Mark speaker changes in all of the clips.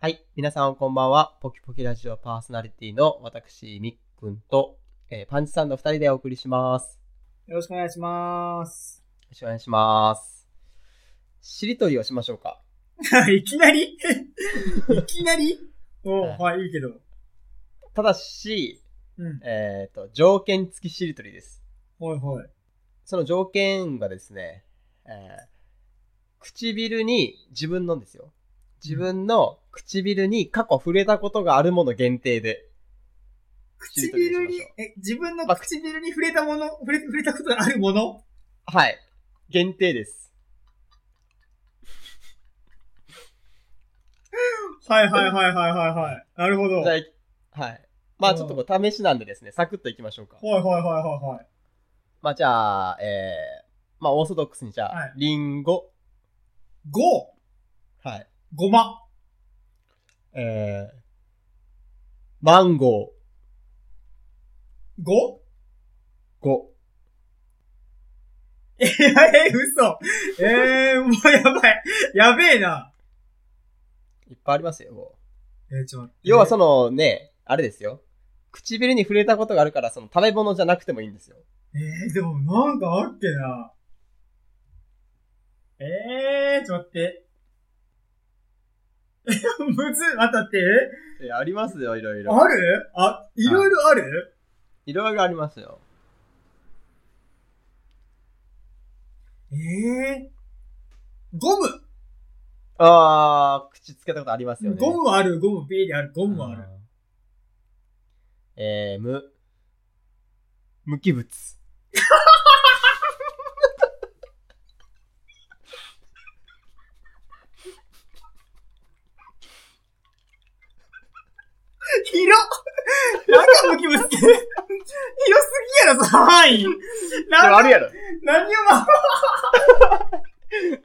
Speaker 1: はい。皆さんこんばんは。ポキポキラジオパーソナリティの私、みっくんと、えーパンチさんの2人でお送りします。
Speaker 2: よろしくお願いします。
Speaker 1: よろしくお願いします。しりとりをしましょうか。
Speaker 2: いきな りいきなりお
Speaker 1: は
Speaker 2: ーはい、いいけど。
Speaker 1: ただし、
Speaker 2: うん。
Speaker 1: えっ、と、条件付きしりとりです。
Speaker 2: ほいほい。
Speaker 1: その条件がですね、えー唇に自分のですよ。自分の唇に過去触れたことがあるもの限定で。しりとり
Speaker 2: 唇
Speaker 1: をし
Speaker 2: に
Speaker 1: ましょ、
Speaker 2: え、自分の
Speaker 1: まあ
Speaker 2: 唇に触れたもの、触れ、触れたことのあるもの
Speaker 1: はい。限定です。
Speaker 2: はいはいはいはいはいはい。なるほど。
Speaker 1: じゃ
Speaker 2: はい
Speaker 1: あはい。まあちょっとこう試しなんでですね、サクッといきましょうか。
Speaker 2: はいはいは
Speaker 1: まあじゃあ、えー、まあオーソドックスにじゃ
Speaker 2: は
Speaker 1: あ
Speaker 2: い、
Speaker 1: リンゴ。
Speaker 2: い。ご、
Speaker 1: はい。
Speaker 2: ごま、
Speaker 1: えー、マンゴ
Speaker 2: ご
Speaker 1: ー、ゴ。
Speaker 2: えー、えー嘘。えー、もうやばい。やべえな。
Speaker 1: いっぱいありますよ、もう
Speaker 2: えー、ちょっと待って。
Speaker 1: 要はそのね、あれですよ。唇に触れたことがあるから、その食べ物じゃなくてもいいんですよ。
Speaker 2: えー、でもなんかあるっけな。えー、ちょっと待って。 えむずい、待って待って。
Speaker 1: え、ありますよ、いろい
Speaker 2: あ。るあ、いろいろある、
Speaker 1: いろいろありますよ。
Speaker 2: えー、ゴム、
Speaker 1: あー、口つけたことありますよね。
Speaker 2: ゴムある、ゴム、ビーである、ゴムある。
Speaker 1: うん。えー、無、無機物。
Speaker 2: 広っなんかムキムキ。広すぎやろ、その範囲。
Speaker 1: でも
Speaker 2: な
Speaker 1: あ
Speaker 2: ん
Speaker 1: るやろ。
Speaker 2: 何をま、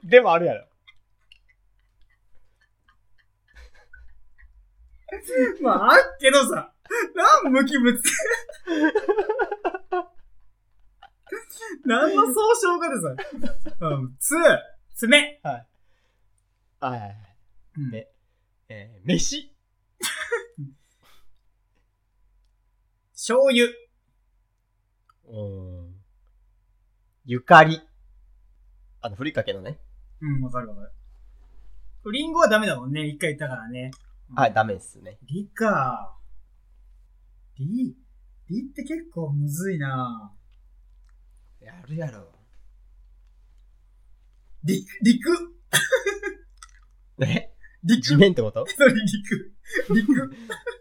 Speaker 1: でもあるやろ。
Speaker 2: まあ、あるけどさ。なん、無機物。何の総称かでさ。うん、つ、爪。
Speaker 1: はい。はいはいはい。
Speaker 2: うん
Speaker 1: め、えー、飯。
Speaker 2: 醤油。
Speaker 1: うん。ゆかり。あの、ふりかけのね。
Speaker 2: うん、わかるわかる。リンゴはダメだもんね。一回言ったからね。
Speaker 1: はい、ダメですね。
Speaker 2: リか。リ、リって結構むずいな
Speaker 1: やるやろ。
Speaker 2: リ、リク。
Speaker 1: え
Speaker 2: リク。
Speaker 1: 地面ってこと
Speaker 2: それリク。リク。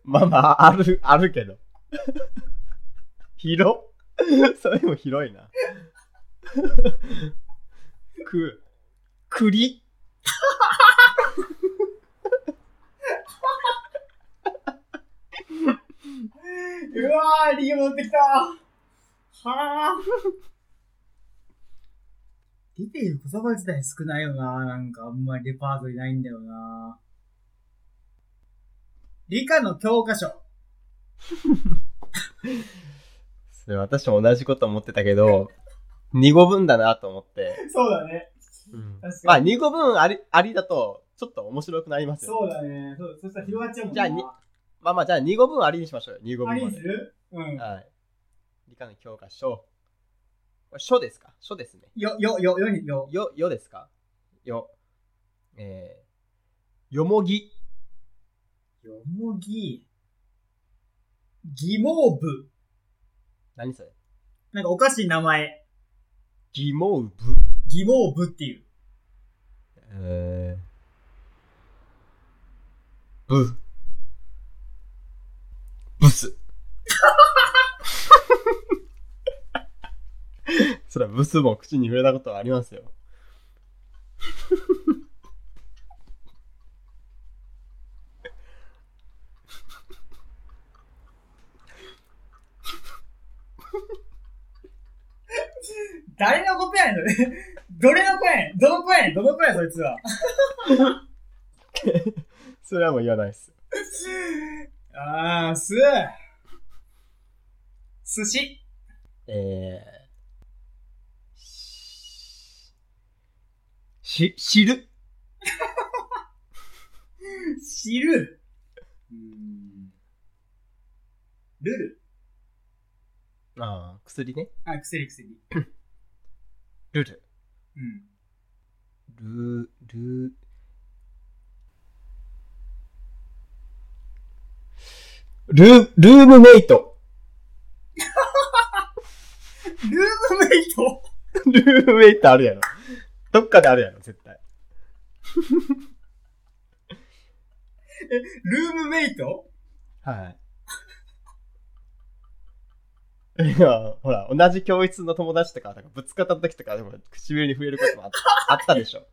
Speaker 1: まあまあ、ある、あるけど。広それも広いな。く、栗。
Speaker 2: うわー、リが戻ってきたはあ。リていう言葉自体少ないよななんかあんまりレパートリーないんだよな理科の教科書。
Speaker 1: それ私も同じこと思ってたけど、2語分だなと思って。
Speaker 2: そうだね。
Speaker 1: うん
Speaker 2: 確
Speaker 1: まあ
Speaker 2: かに。
Speaker 1: 2語分あり、ありだと、ちょっと面白くなりますよ。
Speaker 2: そうだね。そうそしたら広がっちゃうもん
Speaker 1: じゃあにまあまあ、じゃあ2語分ありにしましょうよ。2語
Speaker 2: あ
Speaker 1: 分
Speaker 2: り
Speaker 1: ま
Speaker 2: に。
Speaker 1: です
Speaker 2: るうん。
Speaker 1: はい。理科の教科書。これ書ですか書ですね。
Speaker 2: よ、よ、よ、よに、よ。
Speaker 1: よ、よですかよ。えー、よもぎ。
Speaker 2: よもぎ。疑毛部。
Speaker 1: 何それ
Speaker 2: なんかおかしい名前。
Speaker 1: ぎもうぶ。
Speaker 2: 疑毛部っていう。
Speaker 1: えー、ぶ。ブス。 そりゃブスも口に触れたことはありますよ。
Speaker 2: 誰のことやねん、そ れ。どれの子やねんどの子やねんどの子やねん、そいつは。
Speaker 1: それはもう言わないです。
Speaker 2: あー、す。寿司。
Speaker 1: えー、し、し、汁。
Speaker 2: 知る。うーんルル。
Speaker 1: ああ、薬ね。
Speaker 2: あ、薬薬。
Speaker 1: ルル。
Speaker 2: うん。
Speaker 1: ルルルルームメイト。
Speaker 2: ルームメイト
Speaker 1: ルームメイトあるやろ。どっかであるやろ、絶対。
Speaker 2: ルームメイト
Speaker 1: はい。いや、ほら、同じ教室の友達とか、なんかぶつかった時とか、でも唇に触れることもあったあったでし ょ。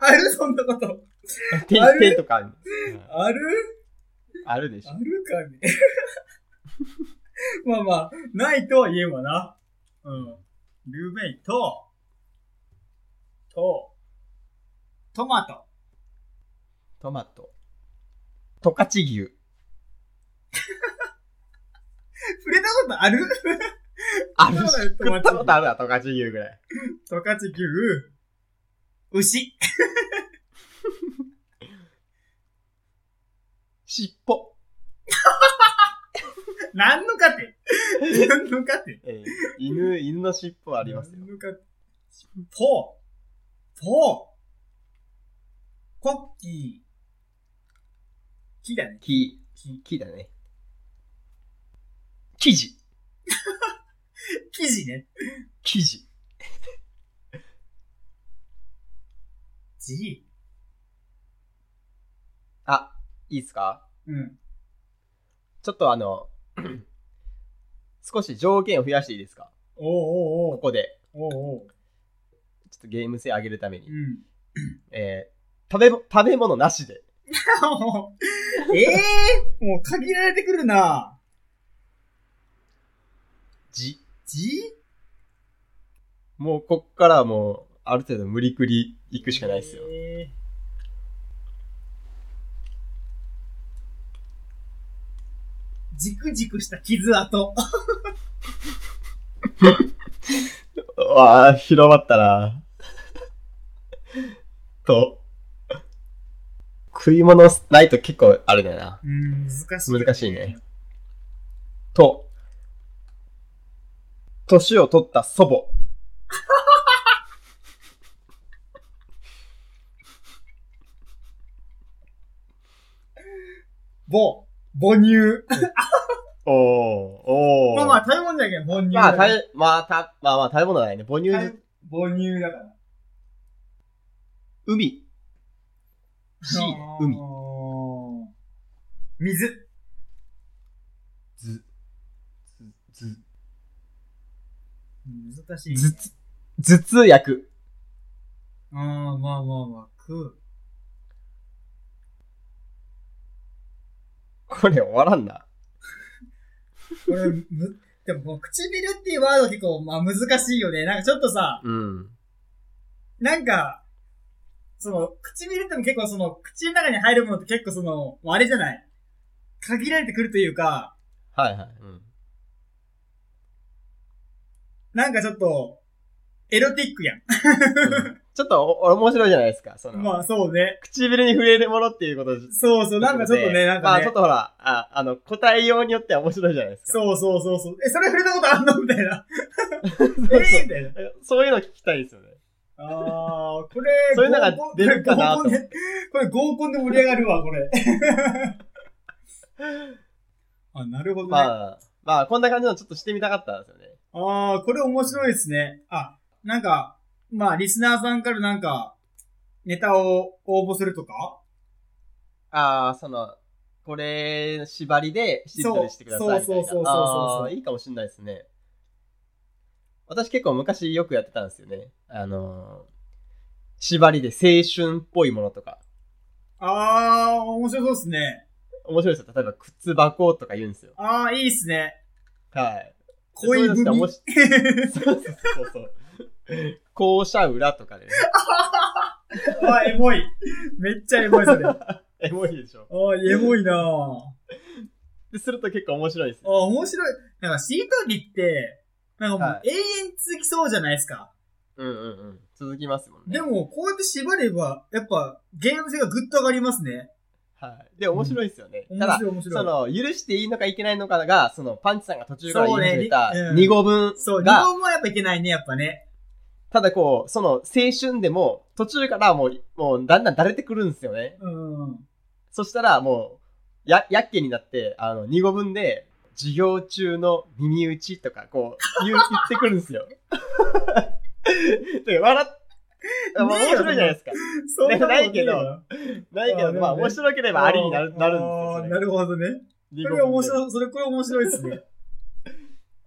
Speaker 2: あるそんなこと。
Speaker 1: 手
Speaker 2: ある
Speaker 1: 手とかに、うん
Speaker 2: ある
Speaker 1: あるでしょ
Speaker 2: あ。るかね。 まあまあ、ないとは言えばな。うん。ルーメイト。と、トマト。
Speaker 1: トマト。トカチ牛。
Speaker 2: 触れたことある
Speaker 1: あるし、
Speaker 2: そうだよト
Speaker 1: 食
Speaker 2: マ
Speaker 1: っ
Speaker 2: ト
Speaker 1: たことあるわ、トカチ牛ぐらい。
Speaker 2: トカチ牛。牛。
Speaker 1: 尻尾。
Speaker 2: 何のかて。 何のかて。
Speaker 1: えー犬、犬の尻尾はありますよ。
Speaker 2: 何のかて。ポー。ポー。コッキー。木だね。
Speaker 1: 木、
Speaker 2: 木。
Speaker 1: 木だね。生地、
Speaker 2: 生地ね。
Speaker 1: 生地。
Speaker 2: じ。
Speaker 1: あ、いいっすか
Speaker 2: うん。
Speaker 1: ちょっとあの、少し条件を増やしていいですか
Speaker 2: おうおうお
Speaker 1: こ
Speaker 2: う。
Speaker 1: こで、
Speaker 2: おうおう。
Speaker 1: ちょっとゲーム性上げるために
Speaker 2: う。ん。
Speaker 1: えー食べも、食べ物なしで。
Speaker 2: もうええもう限られてくるな。
Speaker 1: じ。
Speaker 2: じ
Speaker 1: もうこっからはもう、ある程度無理くり行くしかないっすよ。
Speaker 2: えーじくじくした傷跡。
Speaker 1: うわあ、広まったな。 と、食い物ないと結構あるんだよな。
Speaker 2: うん、難しい。
Speaker 1: 難しいね。と、年を取った祖母。
Speaker 2: ぼ、母乳。
Speaker 1: おお
Speaker 2: まあまあ、食べ物じゃけん、母乳
Speaker 1: まあ、
Speaker 2: だ
Speaker 1: た
Speaker 2: から。
Speaker 1: いまあ、た、まあまあ、食べ物ないね。母乳、
Speaker 2: 食べ母乳だから。
Speaker 1: 海。C ね、海。
Speaker 2: 海。水。
Speaker 1: ず、ず、
Speaker 2: 難しい。
Speaker 1: ず、ず、頭痛薬。
Speaker 2: ああ、まあまあまあ、く。
Speaker 1: これ終わらんな。
Speaker 2: これ、む、でもこう、唇っていうワード結構、まあ難しいよね。なんかちょっとさ、
Speaker 1: うん。
Speaker 2: なんか、その、唇っても結構その、口の中に入るものって結構その、もうあれじゃない限られてくるというか、
Speaker 1: はいはい。うん。
Speaker 2: なんかちょっと、エロティックやん。
Speaker 1: うんちょっとお、面白いじゃないですか。その、
Speaker 2: まあそうね。
Speaker 1: 唇に触れるものっていうこと
Speaker 2: そうそう、なんかちょっとね、なんか
Speaker 1: まあ、ちょっ
Speaker 2: ね。
Speaker 1: とほら、あ、あの、答えようによっては面白いじゃないですか。
Speaker 2: そうそうそうそう。え、それ触れたことあんのみたいな。
Speaker 1: そうそう
Speaker 2: えーみたいな。
Speaker 1: そういうの聞きたいですよね。
Speaker 2: あー、これ、
Speaker 1: そういうのが
Speaker 2: 合コン
Speaker 1: 出るかなと
Speaker 2: これ合コンでこれ合コンで盛り上がるわ、これ。あ、なるほどね。あ
Speaker 1: まあ、まあ、こんな感じのちょっとしてみたかったんですよね。
Speaker 2: ー、これ面白いですね。あ、なんか、まあ、リスナーさんからなんか、ネタを応募するとか
Speaker 1: ああ、その、これ、縛りで、しりとりしてくださいみたいな。
Speaker 2: そうそうそうそうそうそう
Speaker 1: あーいいかもしれないですね。私結構昔よくやってたんですよね。あのー縛りで青春っぽいものとか。
Speaker 2: あー、面白そうですね。
Speaker 1: 面白いですよ。例えば、靴箱とか言うんですよ。
Speaker 2: あー、いいっすね。
Speaker 1: はい。
Speaker 2: 恋
Speaker 1: そういうの
Speaker 2: 文。
Speaker 1: し そうそうそうそう。校舎裏とかで、ね。
Speaker 2: あ、エモい。めっちゃエモい、それ。あ
Speaker 1: エモいでしょ。
Speaker 2: ー、エモいなー。
Speaker 1: ですると結構面白いです
Speaker 2: あ、
Speaker 1: よ。
Speaker 2: 面白い。なんか、しりとりって、なんかも
Speaker 1: は
Speaker 2: う永遠続きそうじゃないですか。
Speaker 1: うんうんうん。続きますもんね。
Speaker 2: でも、こうやって縛れば、やっぱ、ゲーム性がぐっと上がりますね。
Speaker 1: はい。で、面白いですよね。
Speaker 2: 面
Speaker 1: ただ
Speaker 2: 白、い面白い。
Speaker 1: その、許していいのかいけないのかが、その、パンチさんが途中から言い
Speaker 2: そ
Speaker 1: う
Speaker 2: ね
Speaker 1: 始めた
Speaker 2: うん
Speaker 1: 2号分
Speaker 2: そう、日
Speaker 1: が、
Speaker 2: 本もやっぱいけないね、やっぱね。
Speaker 1: ただこう、その、青春でも、途中からもう、もう、だんだんだれてくるんですよね。
Speaker 2: うん。
Speaker 1: そしたら、もう、や、やっけになって、あの、2語分で、授業中の耳打ちとか、こう、 言う言ってくるんですよ。 で笑っ、
Speaker 2: えよ
Speaker 1: 面白いじゃないですか。
Speaker 2: そんなこと
Speaker 1: ないけど
Speaker 2: ねえよ
Speaker 1: ないけ
Speaker 2: あ
Speaker 1: ど、
Speaker 2: でもね
Speaker 1: まあ、面白ければありになる、なるん
Speaker 2: あー
Speaker 1: です
Speaker 2: な
Speaker 1: よ、ね。
Speaker 2: るほどね。
Speaker 1: 二
Speaker 2: そ
Speaker 1: 語分
Speaker 2: れ
Speaker 1: で
Speaker 2: 面白い、それ、これ面白いです ね。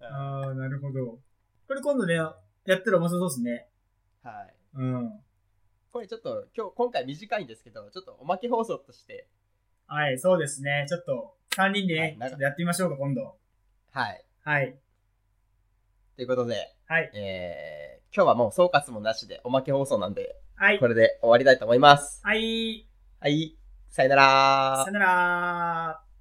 Speaker 2: ああ、なるほど。これ今度ね、やったら面白そうですね。
Speaker 1: はい。
Speaker 2: うん。
Speaker 1: これちょっと、今日、今回短いんですけど、ちょっとおまけ放送として、
Speaker 2: はい、そうですね。ちょっと、3人で
Speaker 1: は
Speaker 2: ね
Speaker 1: い、なんか
Speaker 2: ちょっとやってみましょうか、今度。
Speaker 1: はい。
Speaker 2: はい。
Speaker 1: ということで、
Speaker 2: はい。
Speaker 1: えー、今日はもう総括もなしでおまけ放送なんで、
Speaker 2: はい
Speaker 1: こ。れで終わりたいと思います。
Speaker 2: はい。
Speaker 1: はい、さよなら
Speaker 2: さよなら。